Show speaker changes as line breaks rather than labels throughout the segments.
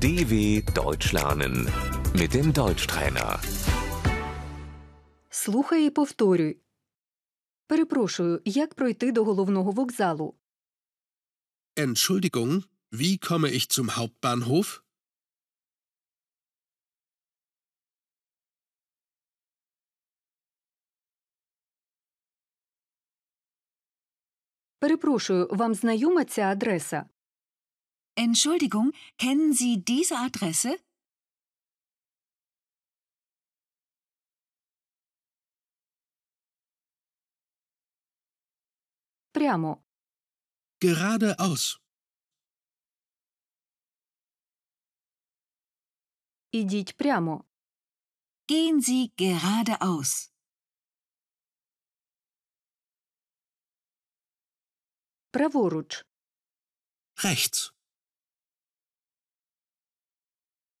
DW Deutsch lernen mit dem Deutschtrainer.
Слухай і повторюй. Перепрошую, як пройти до головного вокзалу?
Entschuldigung, wie komme ich zum Hauptbahnhof?
Перепрошую, вам знайома ця адреса?
Entschuldigung, kennen Sie diese Adresse?
Прямо.
Geradeaus.
Ідіть прямо.
Gehen Sie geradeaus.
Праворуч.
Rechts.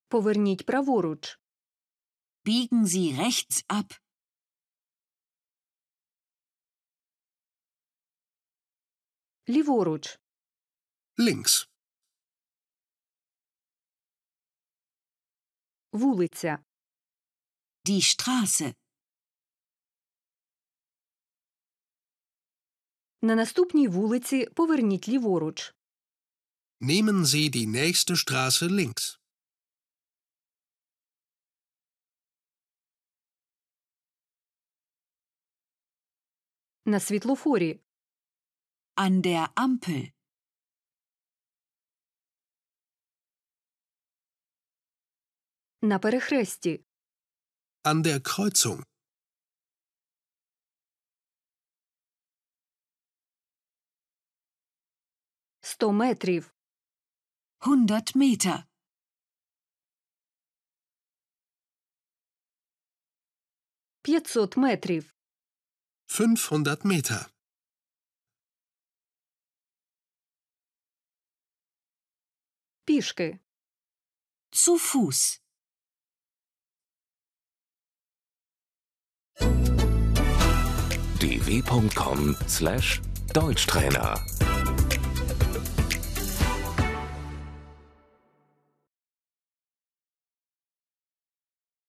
Поверніть праворуч.
Biegen Sie rechts ab.
Ліворуч.
Links.
Вулиця.
Die Straße.
На наступній вулиці поверніть ліворуч.
Nehmen Sie die nächste Straße links.
На світлофорі.
An der Ampel.
На перехресті.
An der Kreuzung.
Сто метрів.
100 Meter.
П'ятсот метрів.
500 Meter.
Пішки.
Zu Fuß.
dw.com/deutschtrainer